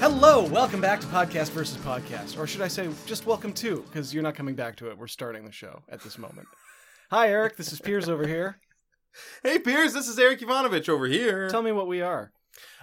Hello, welcome back to Podcast versus Podcast, or should I say, just welcome to, because you're not coming back to it. We're starting the show at this moment. Hi, Eric. This is Piers over here. Hey, Piers, this is Eric Ivanovich over here. Tell me what we are.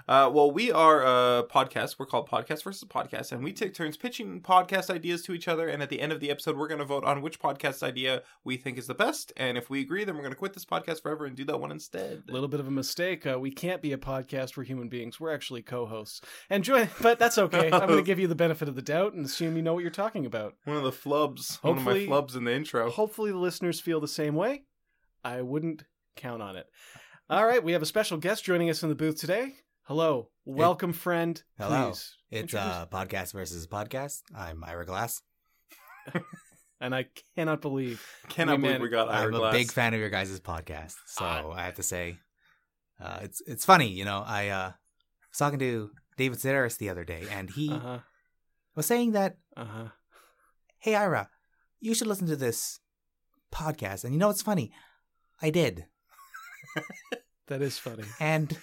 Uh, well, we are a podcast. We're called Podcast versus Podcast, and we take turns pitching podcast ideas to each other. And at the end of the episode, we're going to vote on which podcast idea we think is the best. And if we agree, then we're going to quit this podcast forever and do that one instead. A little bit of a mistake. Uh, we can't be a podcast. We're human beings. We're actually co-hosts. And join, but that's okay. I'm going to give you the benefit of the doubt and assume you know what you're talking about. One of the flubs. one Hopefully- of my flubs in the intro. Hopefully, the listeners feel the same way. I wouldn't count on it. All right, we have a special guest joining us in the booth today. Hello, welcome, friend. Hello. Please It's introduce- uh, podcast versus podcast. I'm Ira Glass. and I cannot believe Cannot we believe man- we got Ira I'm Glass. a big fan of your guys' podcast, so I have to say, uh, it's it's funny. You know, I uh, was talking to David Sedaris the other day, and he Uh huh. was saying that, Uh huh. "Hey, Ira, you should listen to this podcast." And you know, what's funny. I did, That is funny. and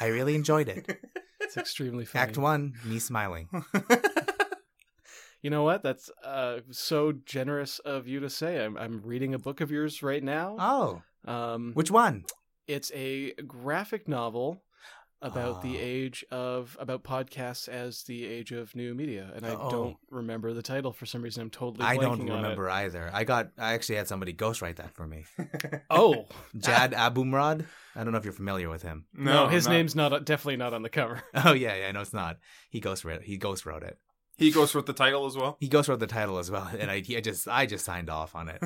I really enjoyed it. It's extremely funny. Act one, me smiling. You know what? That's uh, so generous of you to say. I'm I'm reading a book of yours right now. Oh, Um, which one? it's a graphic novel about the Ah. age of about podcasts as the age of new media, and I Uh-oh. don't remember the title for some reason. I'm totally I blanking on don't it. remember either. I got. I actually had somebody ghostwrite that for me. Oh Jad Abumrad. I don't know if you're familiar with him. no, his not- name's not definitely not on the cover. Oh yeah, yeah, no, it's not. He ghost wrote. He ghost wrote it. He goes with the title as well. He ghost wrote the title as well, and I, I just, I just signed off on it.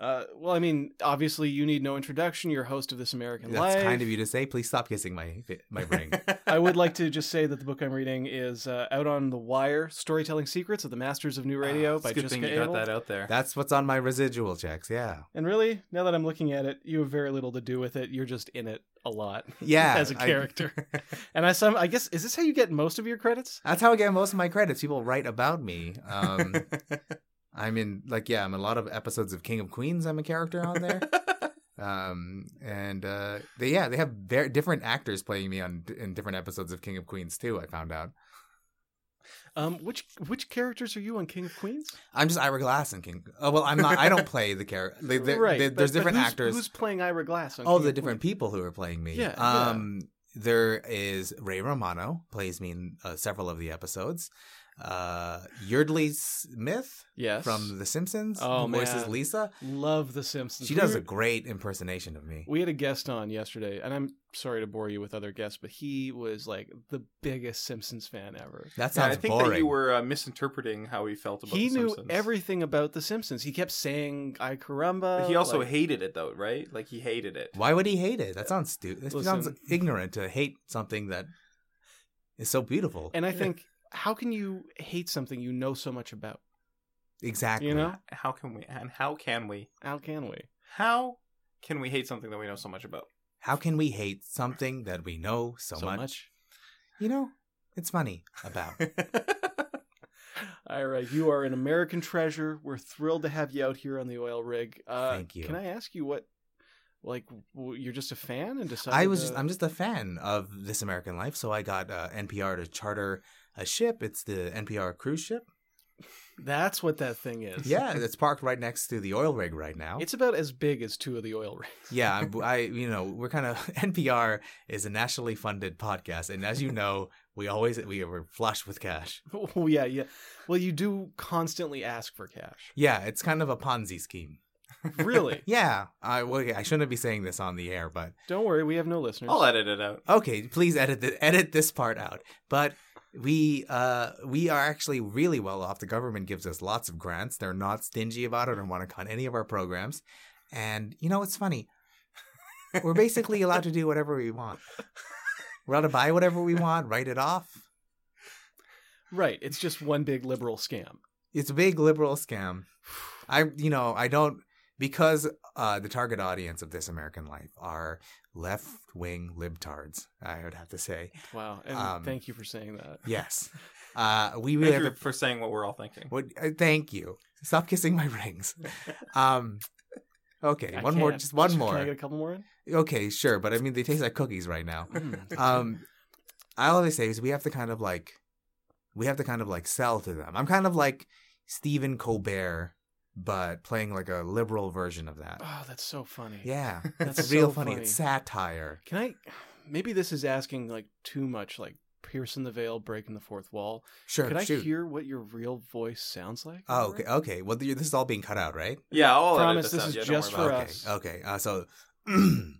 Uh, well, I mean, obviously, you need no introduction. You're host of This American That's Life. kind of you to say. Please stop kissing my, my ring. I would like to just say that the book I'm reading is uh, out on the Wire: Storytelling Secrets of the Masters of New Radio Ah, it's by a good Jessica thing you got Abel. that out there. That's what's on my residual checks. Yeah, And really, now that I'm looking at it, you have very little to do with it. You're just in it a lot yeah. as a I- character. and I some I guess is this how you get most of your credits? that's how I get most of my credits. People write about me. Um, I'm in, like, yeah, I'm in a lot of episodes of King of Queens. I'm a character on there. Um, and uh, they, yeah, they have very different actors playing me on in different episodes of King of Queens too. I found out. Um, which which characters are you on King of Queens? I'm just Ira Glass and King. Oh well, I'm not. I don't play the character. right. but- there's but different who's- actors. Who's playing Ira Glass? On oh, King the of different Queens? people who are playing me. Yeah, yeah. Um, there is Ray Romano plays me in uh, several of the episodes. Uh, Yardley Smith Yes. from The Simpsons. Oh, who voices man. Lisa. Love The Simpsons. She We does were- a great impersonation of me. We had a guest on yesterday, and I'm sorry to bore you with other guests, but he was like the biggest Simpsons fan ever. That Yeah, sounds I think boring. that you were uh, misinterpreting how he felt about He The knew Simpsons. everything about The Simpsons. He kept saying "I caramba." But he also like- hated it though, right? Like he hated it. Why would he hate it? That sounds stupid. That sounds Listen. ignorant to hate something that is so beautiful. And I Yeah. think, how can you hate something you know so much about? exactly. You know, How can we? And how can we? how can we? How can we hate something that we know so much about? How can we hate something that we know so, much? you know, it's funny about. Ira, you are an American treasure. We're thrilled to have you out here on the oil rig. Uh, Thank you. Can I ask you what, like, w- you're just a fan and decided? I was to- just, I'm just a fan of This American Life, so I got uh, NPR to charter a ship. It's the NPR cruise ship. That's what that thing is. Yeah, it's parked right next to the oil rig right now. It's about as big as two of the oil rigs. yeah, I'm, I you know we're kind of NPR is a nationally funded podcast, and as you know, we always we were flush with cash. oh yeah, yeah. Well, you do constantly ask for cash. Yeah, it's kind of a Ponzi scheme. Really? Yeah, I well, I shouldn't be saying this on the air, but Don't worry, we have no listeners. Oh, I'll edit it out. okay please edit the, edit this part out but we uh we are actually really well off the government gives us lots of grants they're not stingy about it and want to cut any of our programs and you know it's funny we're basically allowed to do whatever we want we're allowed to buy whatever we want write it off Right. It's just one big liberal scam. it's a big liberal scam i you know i don't because uh, the target audience of this American life are left-wing libtards, I would have to say. Wow. And Um, thank you for saying that. Yes, uh, we really Thank have you a for saying what we're all thinking. What? Uh, thank you. Stop kissing my rings. Um. Okay, I one more, can't. just one Can I get a more. couple more in? Hmm. Okay, sure, but I mean they taste like cookies right now. Mm. Um, I always say is we have to kind of like we have to kind of like sell to them. I'm kind of like Stephen Colbert, but playing like a liberal version of that. Oh, that's so funny. Yeah, That's it's real so funny. It's satire. Can I? Maybe this is asking like too much, like piercing the veil, breaking the fourth wall. Sure, Could I shoot. hear what your real voice sounds like? oh, okay, okay. Well, th- this is all being cut out, right? Yeah, I'll edit Promise this out. is Yeah, don't just worry for about okay, us. okay. Uh, so,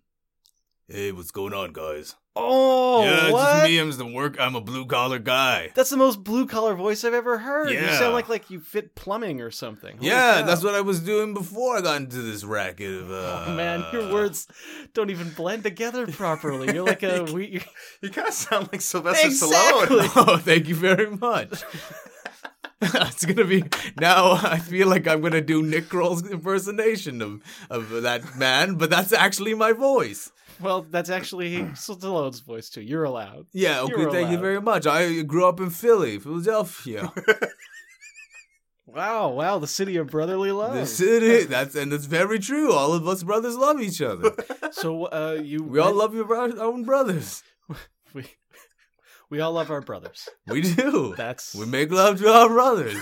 hey, what's going on, guys? Oh, yeah, it's what? just me. I'm just the work. I'm a blue collar guy. That's the most blue collar voice I've ever heard. You Yeah. sound like like you fit plumbing or something. Holy yeah, cow. that's what I was doing before I got into this racket of. Uh... Oh man, your words don't even blend together properly. You're like a we. You're, You kind of sound like Sylvester Stallone. Exactly. oh, thank you very much. it's gonna be now. I feel like I'm gonna do Nick Kroll's impersonation of of that man, but that's actually my voice. well, that's actually Stallone's voice too. You're allowed. Yeah, okay, You're thank you allowed. very much. I grew up in Philly, Philadelphia, Wow, wow, the city of brotherly love. the city. That's and it's very true. All of us brothers love each other. so uh, you We all love your bro- own brothers. we, we all love our brothers. We do. That's We make love to our brothers.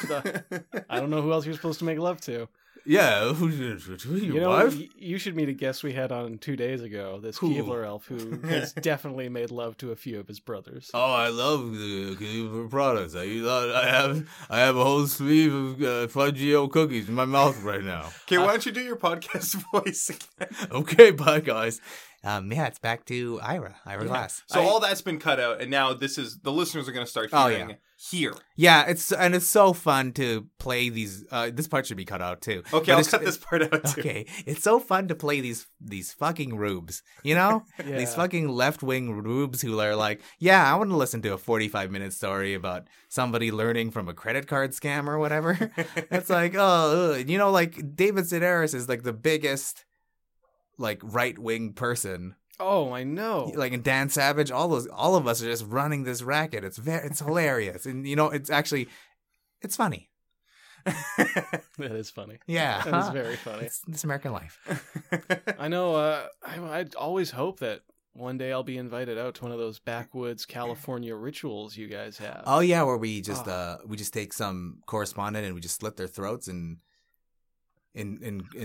I don't know who else you're supposed to make love to. Yeah, who, who, who- your you know, wife? y- you should meet a guest we had on two days ago. This Who? Keebler elf who has definitely made love to a few of his brothers. Oh, I love the Cleveland products. I, use all- I have I have a whole sleeve of uh, Fudgio cookies in my mouth right now. Okay, why don't you do your podcast voice again? Okay, bye guys. Um, yeah, it's back to Ira, Ira Glass. So I- all that's been cut out, and now this is the listeners are going to start Oh, hearing here. Yeah, it's and it's so fun to play these. Uh, this part should be cut out too. Okay, But I'll it's- cut this part out too. Okay, it's so fun to play these these fucking rubes. You know, Yeah. these fucking left wing rubes who are like, yeah, I want to listen to a forty five minute story about somebody learning from a credit card scam or whatever. it's like, oh, ugh. you know, like David Sedaris is like the biggest like right wing person. oh, I know. Like and Dan Savage, all those, all of us are just running this racket. It's very, it's hilarious, and you know, it's actually, it's funny. that is funny. Yeah, That is very funny. It's, it's American life. I know. Uh, I, I'd always hope that one day I'll be invited out to one of those backwoods California rituals you guys have. Oh yeah, where we just Oh. uh we just take some correspondent and we just slit their throats and in in in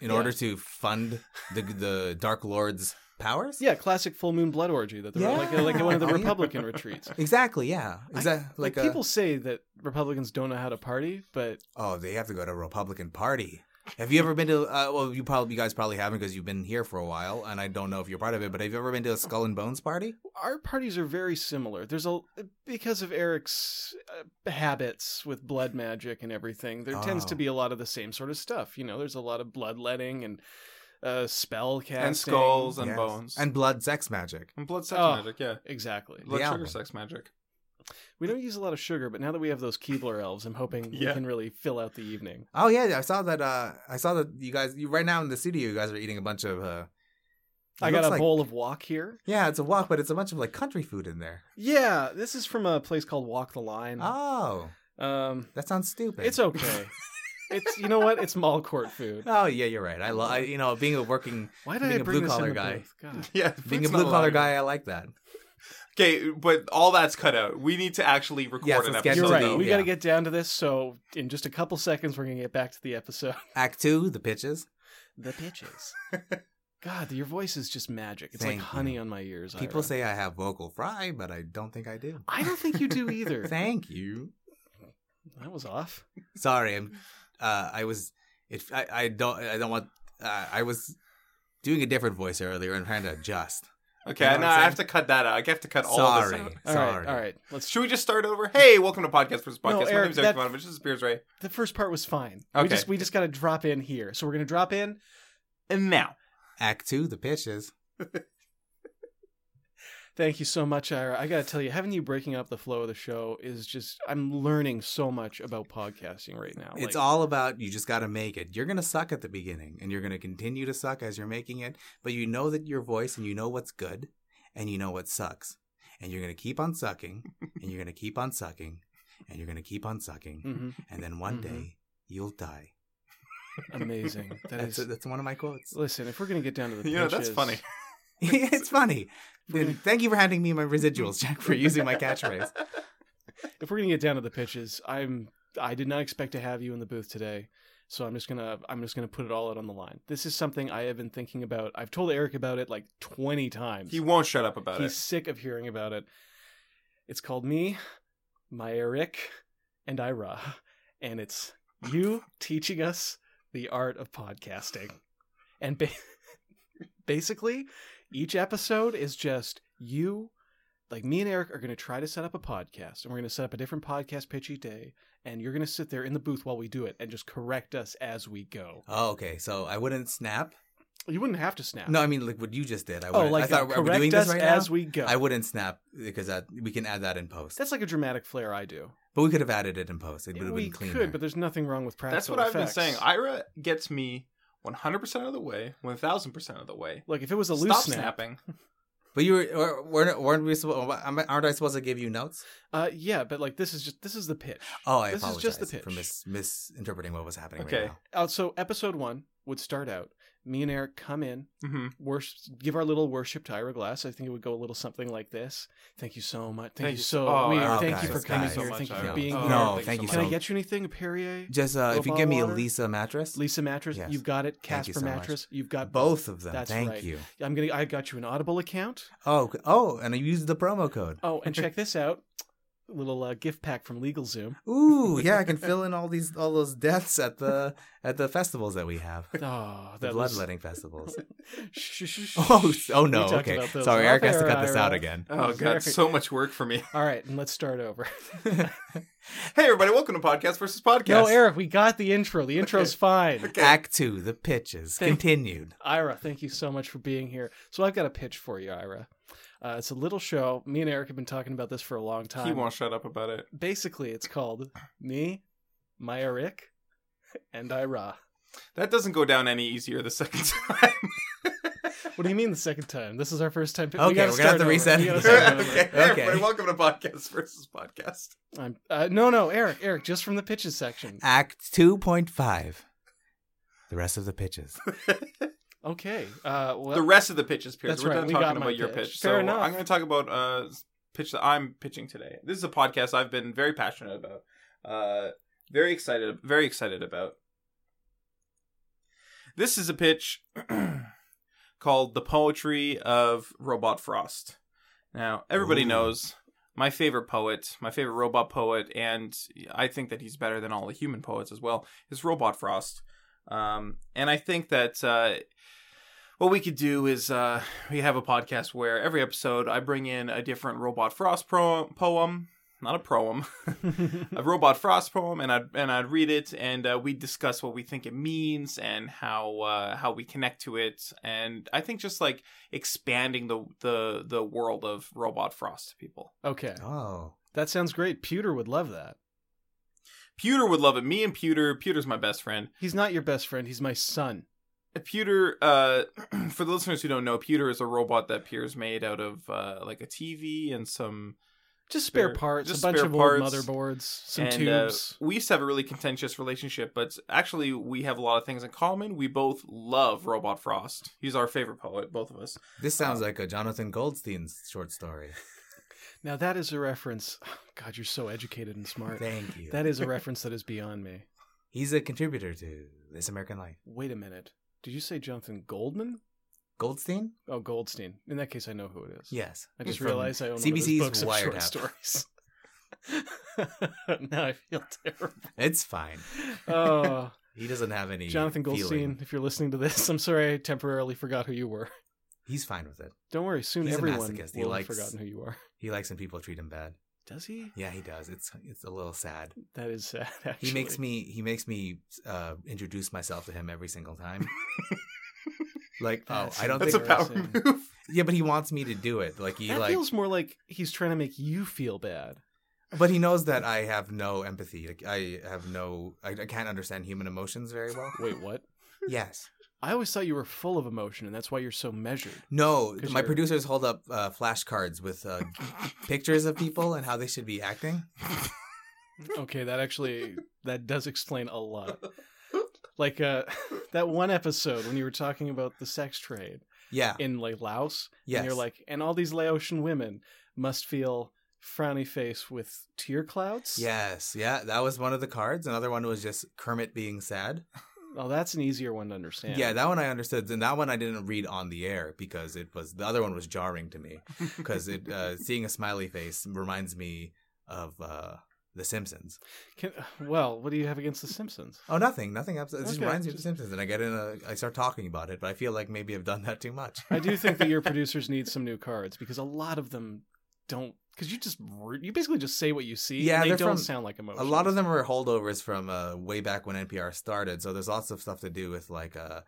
in Yeah. order to fund the the Dark Lord's powers. yeah, classic full moon blood orgy that they're like Yeah. like one of the Oh, yeah. Republican retreats. Exactly. Yeah. I- Exactly. Like, like uh, a- people say that Republicans don't know how to party, but oh, they have to go to a Republican Party. Have you ever been to? Uh, well, you probably you guys probably haven't because you've been here for a while, and I don't know if you're part of it. But have you ever been to a Skull and Bones party? our parties are very similar. There's a because of Eric's uh, habits with blood magic and everything. There tends to Oh. be a lot of the same sort of stuff. You know, there's a lot of bloodletting and uh, spell casting and skulls and Yes. bones and blood, sex, magic. And blood sex Oh. magic. Yeah, Exactly. blood sugar album. sex magic. We don't use a lot of sugar, but now that we have those Keebler elves, I'm hoping Yeah. we can really fill out the evening. Oh yeah, I saw that. Uh, I saw that you guys. You right now in the studio, you guys are eating a bunch of. Uh, it I got looks a like- bowl of wok here. Yeah, it's a walk, but it's a bunch of like country food in there. Yeah, this is from a place called Walk the Line. Oh, Um, that sounds stupid. it's okay. it's you know what? It's mall court food. oh yeah, you're right. I love you know being a working Why did Being I a bring this blue-collar in the guy. booth? God. Yeah, being a it's blue not collar allowed. guy. I like that. Okay, but all that's cut out. We need to actually record Yes, an let's episode. get You're So right. the- we yeah. got to get down to this. So in just a couple seconds, we're gonna get back to the episode. Act two, the pitches. The pitches. God, your voice is just magic. It's Thank like honey you. on my ears. People Ira. say I have vocal fry, but I don't think I do. I don't think you do either. Thank you. that was off. Sorry, I'm. Uh, I was. It. I, I don't. I don't want. Uh, I was doing a different voice earlier and trying to adjust. Okay, You know what no, I'm I have to saying? cut that out. I have to cut all of Sorry. this out. All right, Sorry. all right. Let's Should we just start over? Hey, welcome to Podcast versus No, Podcast. My Eric, name's Eric that- Ivanovich. This is Piers Ray. The first part was fine. We Okay. just we just got to drop in here. So we're going to drop in. And now. Act two, the pitches. Thank you so much, Ira. I got to tell you, having you breaking up the flow of the show is just I'm learning so much about podcasting right now. It's Like, all about you just got to make it. You're going to suck at the beginning and you're going to continue to suck as you're making it, but you know that your voice and you know what's good and you know what sucks. And you're going to keep on sucking and you're going to keep on sucking and you're going to keep on sucking. mhm. Mm-hmm. And then one Mhm. day you'll die. amazing. That That's, is that's one of my quotes. Listen, if we're going to get down to the You know, that's pitches- funny. it's funny. Then Thank you for handing me my residuals, Jack, for using my catchphrase. if we're gonna get down to the pitches, I'm I did not expect to have you in the booth today, so I'm just gonna I'm just gonna put it all out on the line. This is something I have been thinking about. I've told Eric about it like 20 times. He won't shut up about He's sick of hearing about it. It's called me, my Eric, and Ira, and it's you teaching us the art of podcasting. And ba- basically, each episode is just you, like me and Eric, are going to try to set up a podcast, and we're going to set up a different podcast pitch each day, and you're going to sit there in the booth while we do it and just correct us as we go. Oh, okay. So I wouldn't snap. You wouldn't have to snap. No, I mean like what you just did. I oh, wouldn't. like I thought are we correct doing us this right as now? we go. I wouldn't snap because that, we can add that in post. That's like a dramatic flair I do. but we could have added it in post. It would have We been cleaner. could, but there's nothing wrong with it. practical. That's what I've been effects. saying. Ira gets me 100% of the way, 1000% of the way. Look, if it was a loose Stop snap, snapping. But you were or- weren't weren't we supposed? Aren't I supposed to give you notes? uh, yeah, but like this is just this is the pitch. Oh, I This is apologize just the for pitch. mis- misinterpreting what was happening Okay. right now. Uh, so episode one would start out. Me and Eric come in, hmm worship, give our little worship to Ira Glass. I think it would go a little something like this. Thank you so much. Thank, you so. oh, we, Ira, thank guys, you for guys, coming so here. much, thank you for Ira. being Oh, here. No, thank thank you you so Can I much. get you anything? A Perrier, Just uh, if you Little give me a bottle of water? Lisa mattress, Lisa mattress. Yes. You've got it. Thank Casper you so much. mattress. You've got both of them. That's Thank right. you. I'm gonna. I got you an Audible account. Oh, c- oh, and I used the promo code. Oh, and check this out. Little uh, gift pack from LegalZoom. Ooh, yeah, I can fill in all these all those deaths at the at the festivals that we have, Oh, the that was- bloodletting festivals. Shh, shh, shh, Oh, shh. s- oh We no, talked okay. about those Sorry, off Eric has to air, cut this Ira. out again. Oh, God. So much work for me. All right, and let's start over. hey, everybody. Welcome to Podcast versus Podcast. No, Eric, we got the intro. The intro's fine. Act two, the pitches Thank- continued. Ira, thank you so much for being here. So I've got a pitch for you, Ira. Uh, it's a little show. Me and Eric have been talking about this for a long time. He won't shut up about it. Basically, it's called Me, My Eric, and Ira. That doesn't go down any easier the second time. What do you mean the second time? This is our first time. Okay, gotta we're gonna have start to over. reset We it. gotta start over. okay. Okay. Everybody, welcome to Podcast versus Podcast. I'm, uh, no, no, Eric, Eric, just from the pitches section. Act two point five. The rest of the pitches. Okay. Uh, well, the rest of the pitches, Pierce. That's We're right, done we got talking my about your pitch. pitch. Fair so enough. I'm going to talk about uh pitch that I'm pitching today. This is a podcast I've been very passionate about. Uh, very excited, very excited about. This is a pitch called "The Poetry of Robot Frost." Now, everybody Ooh. knows my favorite poet, my favorite robot poet, and I think that he's better than all the human poets as well. Is Robot Frost, um, and I think that uh, what we could do is uh, we have a podcast where every episode I bring in a different Robot Frost pro- poem, not a proem, a Robot Frost poem, and I'd and I'd read it, and uh, we discuss what we think it means and how uh, how we connect to it, and I think just like expanding the the the world of Robot Frost to people. okay. Oh. That sounds great. Pewter would love that. Pewter would love it. Me and Pewter, Pewter's my best friend. He's not your best friend. He's my son. Pewter, uh, for the listeners who don't know, Pewter is a robot that Piers made out of uh, like a TV and some Just spare, Spare- parts, just a bunch spare of parts. old motherboards, some and, uh, tubes. we used to have a really contentious relationship, but actually, we have a lot of things in common. We both love Robot Frost. He's our favorite poet, both of us. This sounds like a Jonathan Goldstein's short story. now that is a reference. God, you're so educated and smart. Thank you. that is a reference that is beyond me. He's a contributor to This American Life. Wait a minute. Did you say Jonathan Goldman? Goldstein? Oh, Goldstein. In that case, I know who it is. Yes. I just From realized I own CBC's one of those books Wiretap. of short stories. now I feel terrible. It's fine. Oh, He doesn't have any. Jonathan Goldstein, feeling. if you're listening to this, I'm sorry I temporarily forgot who you were. He's fine with it. Don't worry, soon He's a everyone masochist. He will likes- have forgotten who you are. He likes when people treat him bad. Does he? Yeah, he does. It's it's a little sad. That is sad. Actually. He makes me he makes me uh, introduce myself to him every single time. like, oh, That's- I don't That's think. a power Embarrassing. move. Yeah, but he wants me to do it. Like he that like, feels more like he's trying to make you feel bad. but he knows that I have no empathy. Like I have no. I, I can't understand human emotions very well. Wait, what? yes. I always thought you were full of emotion, and that's why you're so measured. No, 'Cause my you're- producers hold up uh, flashcards with uh, pictures of people and how they should be acting. Okay, that actually that does explain a lot. Like uh, that one episode when you were talking about the sex trade Yeah. in like Laos, Yes. and you're like, and all these Laotian women must feel frowny face with tear clouds. Yes, yeah, that was one of the cards. Another one was just Kermit being sad. Oh, that's an easier one to understand. Yeah, that one I understood, and that one I didn't read on the air because it was the other one was jarring to me because it uh, seeing a smiley face reminds me of uh, The Simpsons. Can, well, what do you have against The Simpsons? Oh, nothing, nothing. abs- It just Okay, reminds me of just- The Simpsons, and I get in a, I start talking about it, but I feel like maybe I've done that too much. I do think that your producers need some new cards because a lot of them don't. Because you just re- you basically just say what you see. Yeah, and they they're don't from- sound like emotions. A lot of them are holdovers from uh, way back when NPR started, so there's lots of stuff to do with like uh,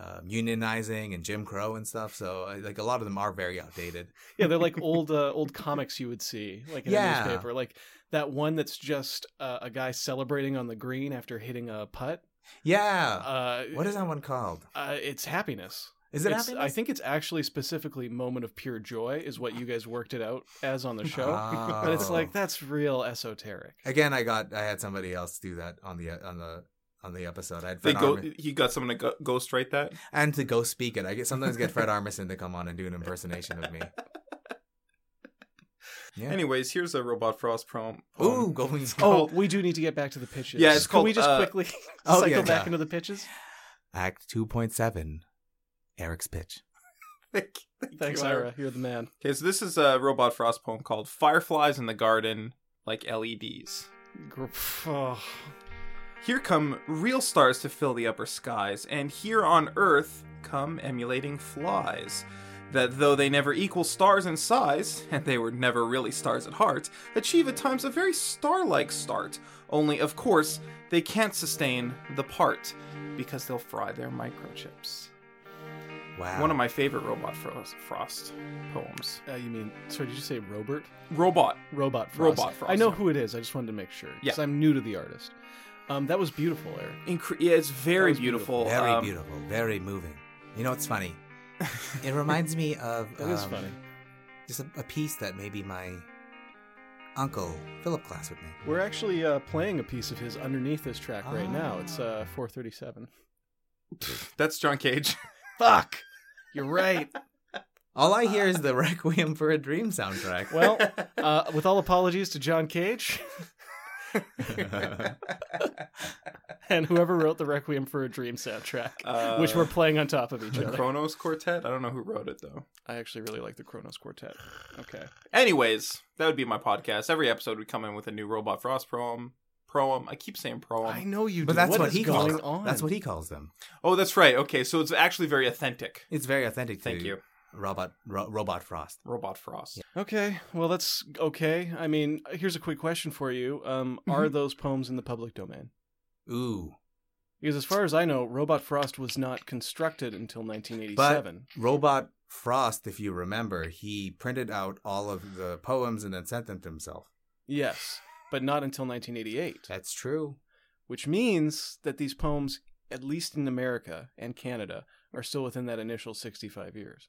uh, unionizing and Jim Crow and stuff. So uh, like a lot of them are very outdated. yeah, they're like old uh, old comics you would see like in Yeah. a newspaper, like that one that's just uh, a guy celebrating on the green after hitting a putt. Yeah, Uh, what is that one called? Uh, it's happiness. Is it It's- happiness? I think it's actually specifically "Moment of Pure Joy" is what you guys worked it out as on the show. Oh. But it's like that's real esoteric. again, I got I had somebody else do that on the on the on the episode. I had They Fred go. Armi- He got someone to go, ghostwrite that. and to go speak it. I get sometimes get Fred Armisen to come on and do an impersonation of me. Yeah. Anyways, here's a robot frost prom. Ooh, poem. Um, going. Oh, we do need to get back to the pitches. Yeah, it's Can we called, just uh, quickly oh, cycle yeah, back yeah. into the pitches? Act two point seven. Eric's pitch. Thank, thank Thanks, you, Ira. You're the man. Okay, so this is a robot frost poem called "Fireflies in the Garden Like E LEDs." Gr- oh. Here come real stars to fill the upper skies, and here on Earth come emulating flies. That though they never equal stars in size, and they were never really stars at heart, achieve at times a very star like start. Only, of course, they can't sustain the part, because they'll fry their microchips. Wow. One of my favorite Robot Frost, Frost poems. Uh, you mean? Sorry, did you say Robert? Robot. Robot Frost. Robot Frost, I know yeah. who it is. I just wanted to make sure because Yeah. I'm new to the artist. Um, that was beautiful, Eric. Incre- yeah, it's very was beautiful. beautiful. very um, beautiful, very moving. You know what's funny? It reminds me of That is um, funny. Just a, a piece that maybe my uncle Philip class would make. We're actually uh, playing a piece of his underneath this track right now. It's uh, 437. That's John Cage. Fuck. You're right. All I hear is the Requiem for a Dream soundtrack. Well, uh, with all apologies to John Cage and whoever wrote the Requiem for a Dream soundtrack, Uh, which we're playing on top of each the other. Kronos Quartet. I don't know who wrote it though. I actually really like the Kronos Quartet. Okay. Anyways, that would be my podcast. Every episode would come in with a new Robot Frost proem. Proem. I keep saying proem. I know you but do. that's what, is he calls. going on. That's what he calls them. Oh, that's right. Okay, so it's actually very authentic. It's very authentic. To Thank you, Robot Ro- Robot Frost. Robot Frost. Okay. Well, that's okay. I mean, here's a quick question for you. Um, are Mm-hmm. those poems in the public domain? Ooh, Because as far as I know, Robot Frost was not constructed until 1987. Robot Frost. If you remember, he printed out all of the poems and then sent them to himself. Yes, but not until 1988. That's true. which means that these poems, at least in America and Canada, are still within that initial 65 years.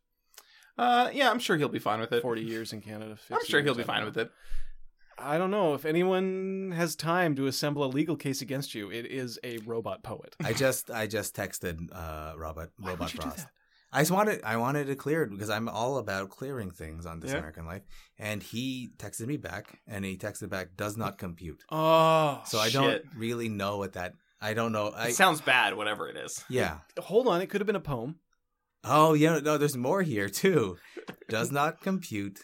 Uh, yeah, I'm sure he'll be fine with it. 40 years in Canada. 50 I'm sure he'll years, be I don't fine know. with it. I don't know. If anyone has time to assemble a legal case against you, it is a robot poet. I just I just texted uh, Robot Why would Robot you do Frost. that? I just wanted I wanted it cleared because I'm all about clearing things on This Yeah. American Life, and he texted me back, and he texted back does not compute. Oh, So I Shit. don't really know what that. I don't know. I it sounds bad, whatever it is. yeah. hold on. It could have been a poem. Oh yeah. No, there's more here too. Does not compute.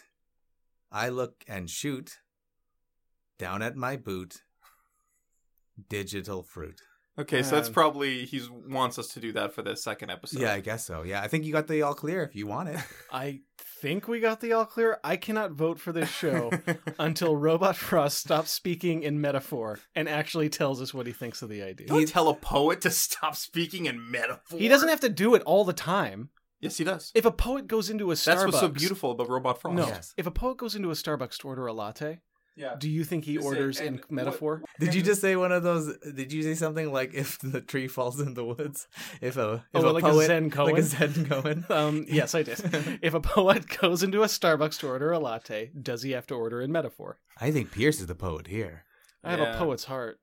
I look and shoot. Down at my boot. Digital fruit. Okay, so that's Um, probably he wants us to do that for the second episode. Yeah, I guess so. Yeah, I think you got the all clear if you want it. I think we got the all clear. I cannot vote for this show until Robot Frost stops speaking in metaphor and actually tells us what he thinks of the idea. Don't tell a poet to stop speaking in metaphor. He doesn't have to do it all the time. Yes, he does. If a poet goes into a Starbucks, That's what's so beautiful about Robot Frost. No, Yes. if a poet goes into a Starbucks to order a latte, Yeah. do you think he Is it- orders in and metaphor? Did you just say one of those? Did you say something like if the tree falls in the woods? If a if oh, a like poet a Zen Cohen. like a Zen Cohen. um, yes, I did. if a poet goes into a Starbucks to order a latte, does he have to order in metaphor? I think Pierce is the poet here. I have Yeah. a poet's heart.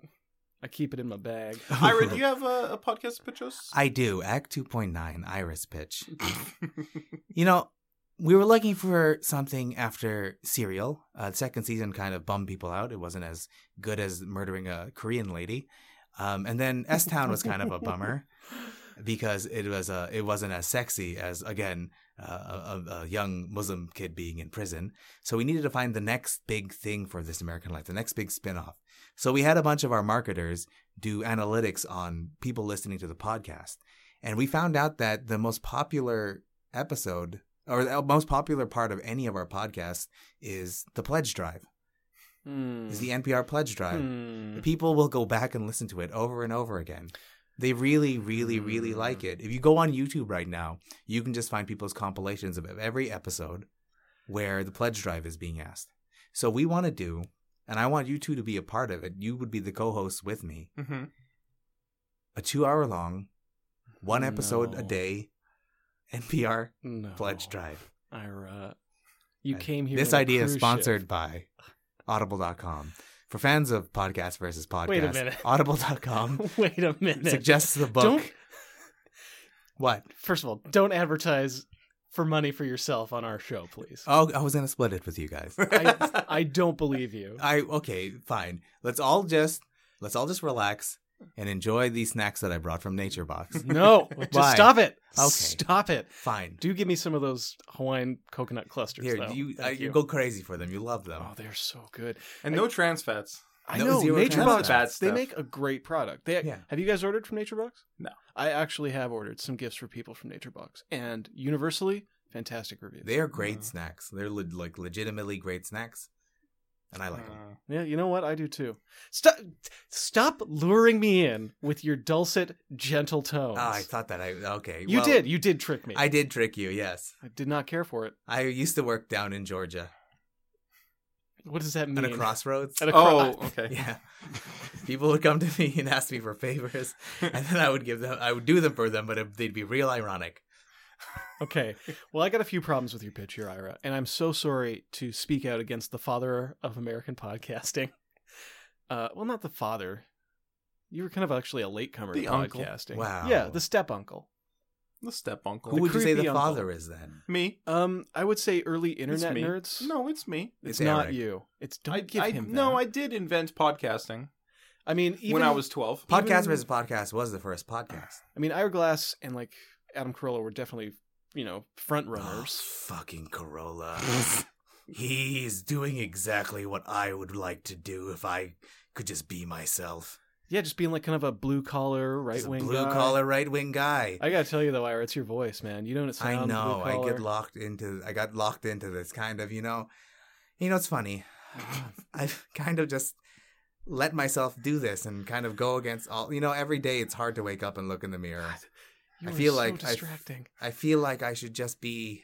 I keep it in my bag. Ira, do you have a, a podcast, Pitchos? I do. Act 2.9, Iris Pitch. you know, we were looking for something after Serial. Uh, the second season kind of bummed people out. It wasn't as good as murdering a Korean lady. Um, and then S Town was kind of a bummer because it was uh, it wasn't as sexy as again uh, a, a- a young Muslim kid being in prison. So we needed to find the next big thing for this American Life, the next big spinoff. So we had a bunch of our marketers do analytics on people listening to the podcast, and we found out that the most popular episode or the most popular part of any of our podcasts is the pledge drive, Hmm. is the NPR pledge drive Hmm. people will go back and listen to it over and over again. They really, really, really Mm. like it. If you go on YouTube right now, you can just find people's compilations of every episode where the pledge drive is being asked. So we want to do, and I want you two to be a part of it. You would be the co-hosts with me. Mm-hmm. A two-hour-long, one episode a No. Oh. day, NPR No. pledge drive. Ira, you And came here. This on a idea is cruise ship. sponsored by Audible.com. For fans of podcast versus podcast, Wait a minute. Audible.com Wait a minute. suggests the book. Don't- What? First of all, don't advertise for money for yourself on our show, please. Oh, I was gonna split it with you guys. I, I don't believe you. I okay, fine. Let's all just let's all just relax and enjoy these snacks that I brought from Nature Box. No, Why? just stop it. Okay. Stop it. fine. Do give me some of those Hawaiian coconut clusters, Here, though. you, uh, Thank you go crazy for them. You love them. Oh, they're so good. And no trans fats. I No, know zero Nature trans Box. fat. Bad They stuff. make a great product. They Yeah. have you guys ordered from Nature Box? No. I actually have ordered some gifts for people from Nature Box, and universally, fantastic reviews. They are great Mm. snacks. They're le- like legitimately great snacks, and I like them. Uh, Yeah, you know what? I do too. Stop, stop luring me in with your dulcet, gentle tones. Ah, I thought that I okay. oh, you well, did. You did trick me. I did trick you. Yes, I did not care for it. I used to work down in Georgia What does that mean? at a crossroads. At a oh, cro- okay. yeah, people would come to me and ask me for favors, and then I would give them. I would do them for them, but it, they'd be real ironic. okay. Well, I got a few problems with your pitch here, Ira, and I'm so sorry to speak out against the father of American podcasting. Uh, well, not the father. You were kind of actually a latecomer The to uncle. podcasting. Wow. Yeah, the step uncle. The step uncle. Who would you say creepy the uncle. father is then? me? Um, I would say early internet me. nerds. No, it's me. it's, It's not Eric. you. It's don't I, give I, him. No, that. I did invent podcasting I mean, even when I was 12. Podcast Even- versus podcast was the first podcast. I mean, Ira Glass and like Adam Carolla were definitely, you know, front Oh, runners. fucking Corolla. He's doing exactly what I would like to do if I could just be myself. Yeah, just being like kind of a blue collar, right He's a wing, blue collar right wing guy. I gotta tell you though, Ira, it's your voice, man. You don't I sound. know. I blue-collar. get locked into. I got locked into this kind of. You know. You know. It's funny. I've kind of just let myself do this and kind of go against all. You know, every day it's hard to wake up and look in the mirror. You I are feel so like I- distracting. I feel like I should just be.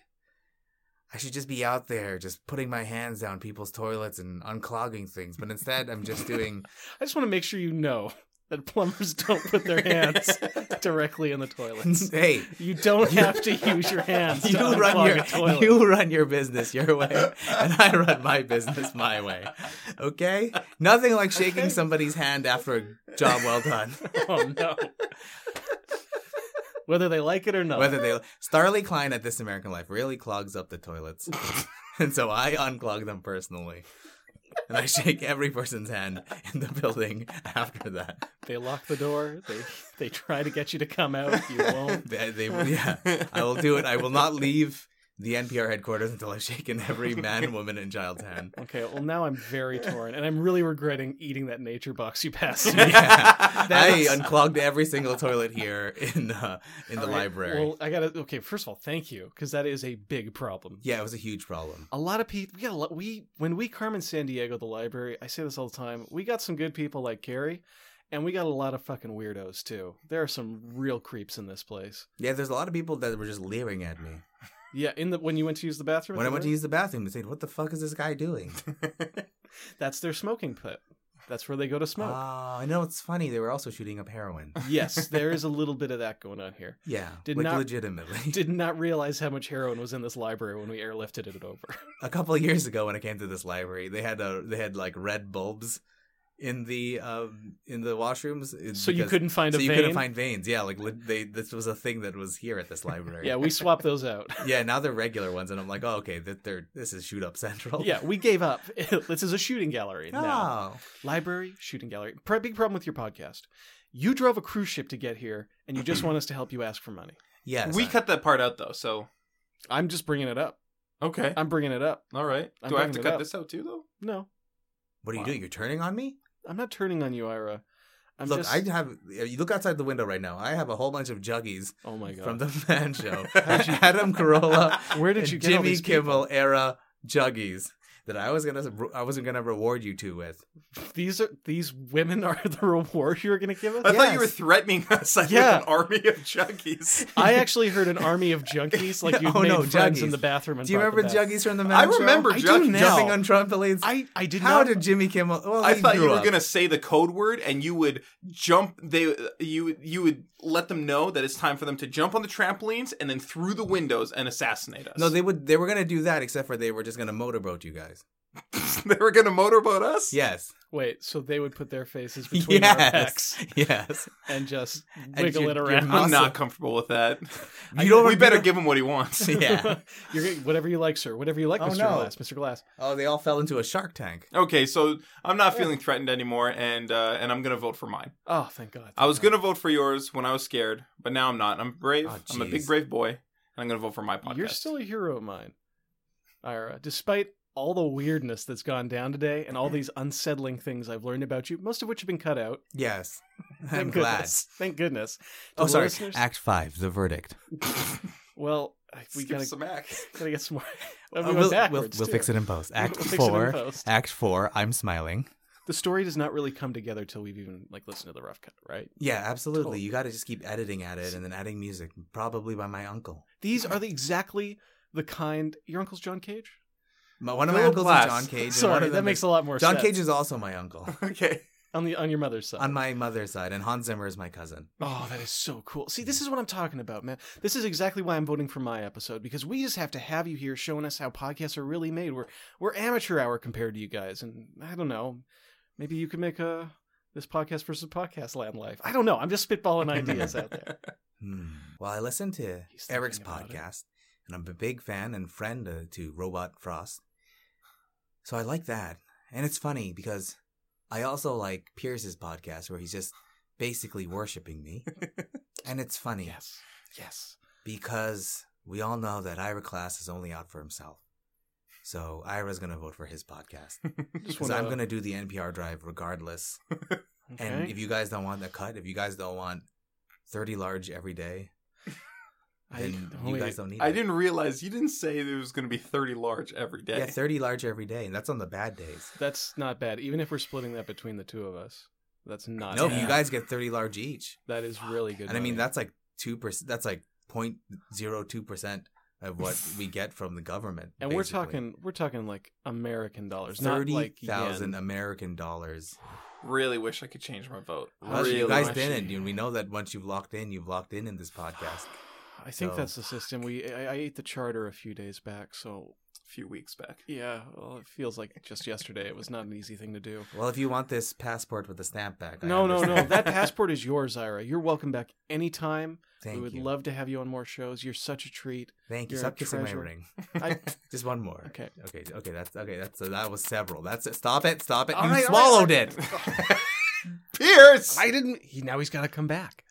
I should just be out there, just putting my hands down people's toilets and unclogging things. But instead, I'm just doing. I, just want to make sure you know that plumbers don't put their hands directly in the toilets. hey, You don't have to use your hands. you to run unclog your a toilet. you run your business your way, and I run my business my way. Okay, nothing like shaking somebody's hand after a job well done. Oh no. Whether they like it or not. Whether they Starley Klein at This American Life really clogs up the toilets, and so I unclog them personally, and I shake every person's hand in the building after that. They lock the door. They they try to get you to come out. You won't. They, they, yeah, I will do it. I will not leave the NPR headquarters until I've shaken every man, woman, and child's hand. Okay. Well, now I'm very torn, and I'm really regretting eating that nature box you passed me. Yeah, I That's- unclogged every single toilet here in the in the All right, library. Well, I gotta. Okay. First of all, thank you, because that is a big problem. yeah, it was a huge problem. a lot of people we got a lot we when we carmen san diego the library i say this all the time we got some good people like carrie and we got a lot of fucking weirdos too there are some real creeps in this place Yeah, there's a lot of people that were just leering at me yeah in the when you went to use the bathroom at when I the went to library, use the bathroom. They said, "What the fuck is this guy doing?" that's their smoking pit that's where they go to smoke Oh, I know it's funny. They were also shooting up heroin. yes there is a little bit of that going on here Yeah, Did like not- legitimately. did not realize how much heroin was in this library when we airlifted it over uh, a couple of years ago when I came to this library, they had a they had like red bulbs in the um, in the washrooms. is So you because- couldn't find so a you vein. couldn't find veins. Yeah, like lit- they this was a thing that was here at this library. yeah, we swapped those out. yeah. Now they're regular ones, and I'm like, oh, okay, that they're this is shoot up central. yeah, we gave up. this is a shooting gallery now. Oh, Library, shooting gallery. Pro- big problem with your podcast. You drove a cruise ship to get here, and you just want us to help you ask for money. yes. we I- cut that part out though, so I'm just bringing it up. okay, I'm bringing it up. all right. I'm Do I have to bringing it cut up. this out too though? No, What are you Wow. doing? You're turning on me. I'm not turning on you, Ira. I'm look, just. I have. You look outside the window right now. I have a whole bunch of juggies oh my god. from the fan show. How'd you- Adam Carolla Where did and you get all Jimmy these Kimmel people? era juggies that I was gonna I wasn't gonna reward you two with. These are these women are the reward you're going to give us. I thought you were Yes. threatening us like Yeah. with an army of junkies. I actually heard an army of junkies like you Oh, made no, friends junkies. in the bathroom. And Do you brought remember them back. juggies from the man I show? remember I do junkies. now. jumping on trampolines. I I did How not. did Jimmy Kimmel? Well, I he thought you grew were up. gonna say the code word, and you would jump. They you would- you would let them know that it's time for them to jump on the trampolines and then through the windows and assassinate us. No, they would. They were gonna do that, except for they were just gonna motorboat you guys. they were gonna motorboat us. Yes, Wait, so they would put their faces between our yes, backs yes. and just wiggle your- it your around. I'm muscle- not comfortable with that. You don't. we you better don't- give him what he wants. Yeah. You're gonna- whatever you like, sir. Whatever you like, Oh, Mr. no. Glass. Mr. Glass. Oh, they all fell into a shark tank. Okay, so I'm not feeling threatened anymore, and uh, and I'm gonna vote for mine. Oh, thank God. I was gonna vote for yours when I was scared, but now I'm not. I'm brave. Oh, I'm a big jeez. brave boy, and I'm gonna vote for my podcast. You're still a hero of mine, Ira. Despite all the weirdness that's gone down today and all these unsettling things I've learned about you, most of which have been cut out. Yes, Thank I'm glad. Goodness. Thank goodness. To Oh, the sorry. listeners- Act five, the verdict. well, we Skip gotta, some acts. gotta get some more. we Uh, we'll, went we'll- backwards, we'll too. fix it in post. Act We'll fix it in four. post. Act four. I'm smiling. The story does not really come together till we've even like listened to the rough cut, right? Yeah, absolutely. Totally. You got to just keep editing at it and then adding music, probably by my uncle. These are the exactly the kind. Your uncle's John Cage. My, one of my Philip uncles Glass. is John Cage. and one Sorry, of that them makes is- a lot more John sense. Cage is also my uncle Okay. on the on your mother's side. on my mother's side, and Hans Zimmer is my cousin. oh, that is so cool. See, this is what I'm talking about, man. This is exactly why I'm voting for my episode because we just have to have you here showing us how podcasts are really made. We're we're amateur hour compared to you guys, and I don't know. Maybe you could make a this podcast versus podcast land life. I don't know. I'm just spitballing ideas out there. Hmm. Well, I listen to He's thinking Eric's about it. podcast, and I'm a big fan and friend uh, to Robot Frost. So I like that. And it's funny because I also like Pierce's podcast, where he's just basically worshiping me. and it's funny Yes, yes. because we all know that Ira Class is only out for himself. So Ira's going to vote for his podcast. Just Because wanna- I'm going to do the NPR drive regardless. And okay. if you guys don't want the cut, if you guys don't want 30 large every day, then you wait. guys don't need I it. didn't realize you didn't say there was going to be 30 large every day. Yeah, 30 large every day, and that's on the bad days. That's not bad. Even if we're splitting that between the two of us, that's not. No, bad. you guys get 30 large each. That is really good. And I mean, money. that's like 2%, that's like 0.02% of what we get from the government. And we're basically. talking, we're talking like American dollars, not like 30,000 yen. American dollars. Really wish I could change my vote. Well, really you guys wish. didn't, dude. We know that once you've locked in, you've locked in in this podcast. I think So- that's the system. We I, I ate the charter a few days back, so A few weeks back. yeah, well, it feels like just yesterday. It was not an easy thing to do. Well, if you want this passport with the stamp back, I No, no, no. understand. That passport is yours, Ira. You're welcome back anytime. Thank we would you. love to have you on more shows. You're such a treat. Thank you. You're a Stop kissing treasure. my ring. I, Just one more. okay. Okay, okay, that's okay. That's so that was several. That's it. Stop it. Stop it. All you right, all right, swallowed all it. Pierce! I didn't. He, now he's got to come back.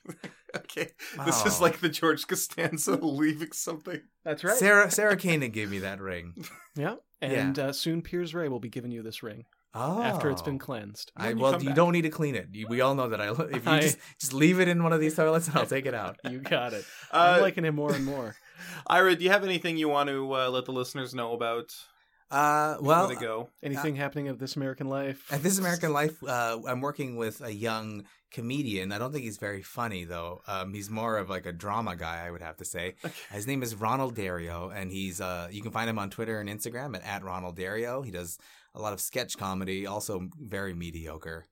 okay. This is Wow. like the George Costanza leaving something. That's Sarah Sarah Koenig gave me that ring. Yeah. And uh, soon Piers Ray will be giving you this ring Oh, after it's been cleansed. I, When you well, come you back. don't need to clean it. You, we all know that. I if you I- just just leave it in one of these toilets, and I'll take it out. You got it. Uh, I'm liking him more and more. Ira, do you have anything you want to uh, let the listeners know about? Uh, Well, well, they go. Anything happening at This American Life? At This American Life, uh, I'm working with a young comedian. I don't think he's very funny, though. Um, he's more of like a drama guy, I would have to say. His name is Ronald Dario, and he's uh, you can find him on Twitter and Instagram at, at Ronald Dario. He does a lot of sketch comedy, also very mediocre.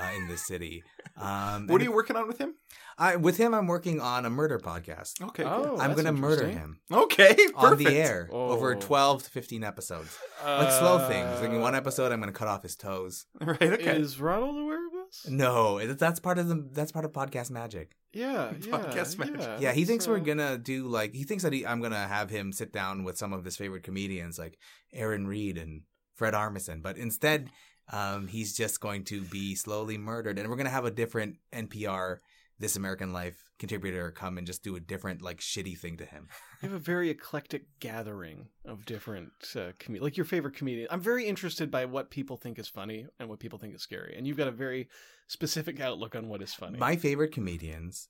uh, in this city. Um, What and are you working on with him? I, with him, I'm working on a murder podcast. Okay. cool. Oh, I'm that's going to murder interesting. him Okay. Perfect. on the air over Oh. 12 to 15 episodes. Like slow things. Like in one Uh, episode, I'm going to cut off his toes. Right. Okay. Is Ronald aware of us? No, it- that's part of the that's part of podcast magic. Yeah, yeah, Podcast magic. yeah. Yeah, he thinks we're So- gonna do like he thinks that he, I'm gonna have him sit down with some of his favorite comedians like Aaron Reed and Fred Armisen, but instead um, he's just going to be slowly murdered, and we're gonna have a different NPR This American Life contributor come and just do a different like shitty thing to him. You have a very eclectic gathering of different uh, comedians, like your favorite comedian. I'm very interested by what people think is funny and what people think is scary, and you've got a very specific outlook on what is funny. My favorite comedians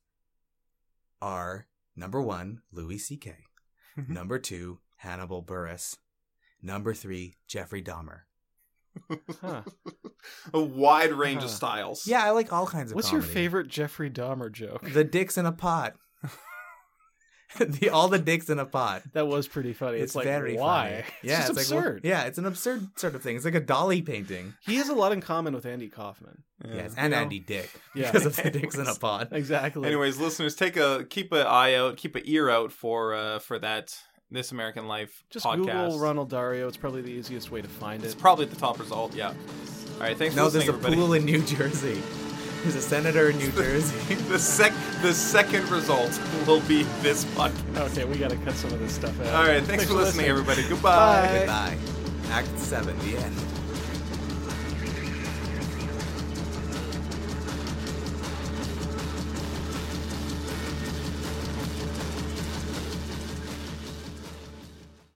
are number one Louis C.K., number two Hannibal Burris, number three Jeffrey Dahmer. Huh. A wide range of Huh. styles. Yeah, I like all kinds of. What's your comedy. favorite Jeffrey Dahmer joke? The dicks in a pot. the all the dicks in a pot. That was pretty funny. It's, like why? funny. Yeah, it's, just it's like, well, absurd. yeah, it's an absurd sort of thing. It's like a dolly painting. He has a lot in common with Andy Kaufman. yes, and Yeah. Andy Dick Yeah. because of the dicks in a pot. Exactly. Anyways, listeners, take a keep an eye out, keep an ear out for uh for that This American Life just podcast. Google Ronald Dario. It's probably the easiest way to find It's it. probably the top result. Yeah. All right. Thanks No, for listening, there's a everybody. pool in New Jersey. There's a senator in New Jersey. the sec the second result will be this podcast. okay, we got to cut some of this stuff out. All right. Thanks, for listening, everybody. Goodbye. Bye. Goodbye. Act seven. The end.